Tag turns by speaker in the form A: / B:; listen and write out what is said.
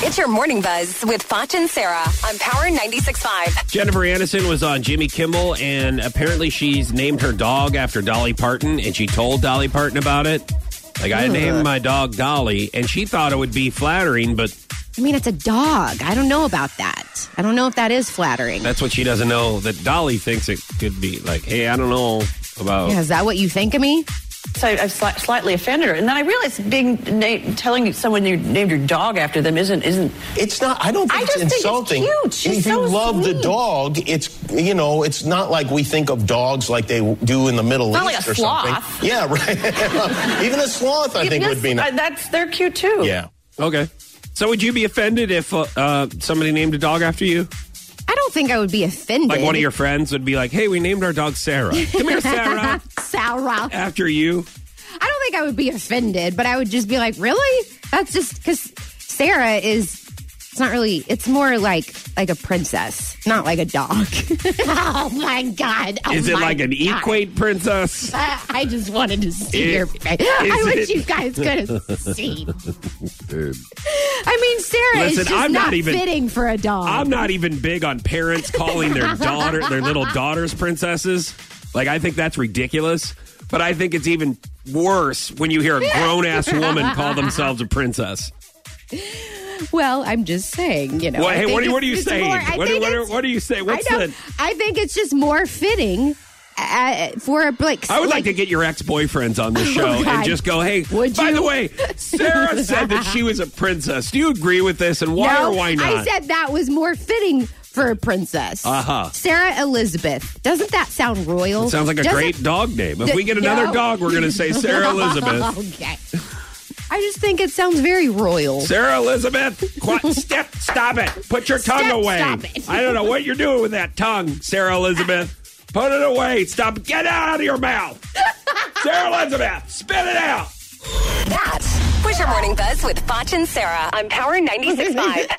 A: It's your morning buzz with Foch and Sarah on Power 96.5.
B: Jennifer Aniston was on Jimmy Kimmel, and apparently she's named her dog after Dolly Parton, and she told Dolly Parton about it. Like, I named my dog Dolly, and she thought it would be flattering, but
C: I mean, it's a dog. I don't know about that. I don't know if that is flattering.
B: that's what she doesn't know that Dolly thinks it could be. Like, hey, I don't know about.
C: Yeah, is that what you think of me?
D: So I've sli- slightly offended her, and then I realized being na- telling someone you named your dog after them isn't isn't.
E: It's not. I don't think
D: I
E: it's
D: just think it's
E: insulting.
D: cute. She's
E: if you
D: so
E: love the
D: sweet.
E: dog, it's you know, it's not like we think of dogs like they do in the Middle
D: Not like
E: East
D: a
E: or
D: sloth.
E: something. Yeah, right. Even a sloth, I think, would be
D: Yes,
E: nice.
D: I- that's they're cute too.
E: yeah.
B: Okay. So, would you be offended if uh, uh, somebody named a dog after you?
C: I don't think I would be offended.
B: Like, one of your friends would be like, hey, we named our dog Sarah. Come here, Sarah,
C: Sarah.
B: after you.
C: I don't think I would be offended, but I would just be like, really? That's just because Sarah is. It's not really. It's more like like a princess, not like a dog. oh my god! Oh
B: Is it
C: my
B: like an
C: God.
B: equate princess?
C: I, I just wanted to see
B: It-
C: your face. I
B: is
C: wish
B: it-
C: you guys could have seen. I mean, Sarah is
B: Listen,
C: just
B: I'm not
C: not,
B: even-
C: fitting for a dog.
B: I'm not even big on parents calling their daughter, their little daughters, princesses. Like, I think that's ridiculous. But I think it's even worse when you hear a grown ass woman call themselves a princess.
C: Well, I'm just saying, you know.
B: Well,
C: I
B: hey,
C: think
B: what are- what
C: it's-
B: are you
C: it's
B: saying?
C: more- I
B: What are-
C: think
B: what are-
C: it's-
B: what do you say?
C: I
B: What's
C: don't-
B: the-
C: I think it's just more fitting uh, for a like.
B: I would like, to get your ex boyfriends on this show
C: Oh, God.
B: and just go, hey,
C: Would
B: by
C: you?
B: the way, Sarah said that she was a princess. Do you agree with this? And why
C: no,
B: or why not?
C: I said that was more fitting for a princess. Uh
B: Uh-huh.
C: Sarah Elizabeth. Doesn't that sound royal?
B: Sounds like a
C: Doesn't-
B: great dog name. If
C: Th-
B: we get another
C: no.
B: dog, we're going to say Sarah Elizabeth.
C: okay. I just think it sounds very royal.
B: Sarah Elizabeth, qu- step, stop it. Put your tongue
C: Step,
B: away.
C: stop it.
B: I don't know what you're doing with that tongue, Sarah Elizabeth. Put it away. Stop. Get it out of your mouth. Sarah Elizabeth, spit it out.
A: That was your morning buzz with Foch and Sarah on Power 96.5.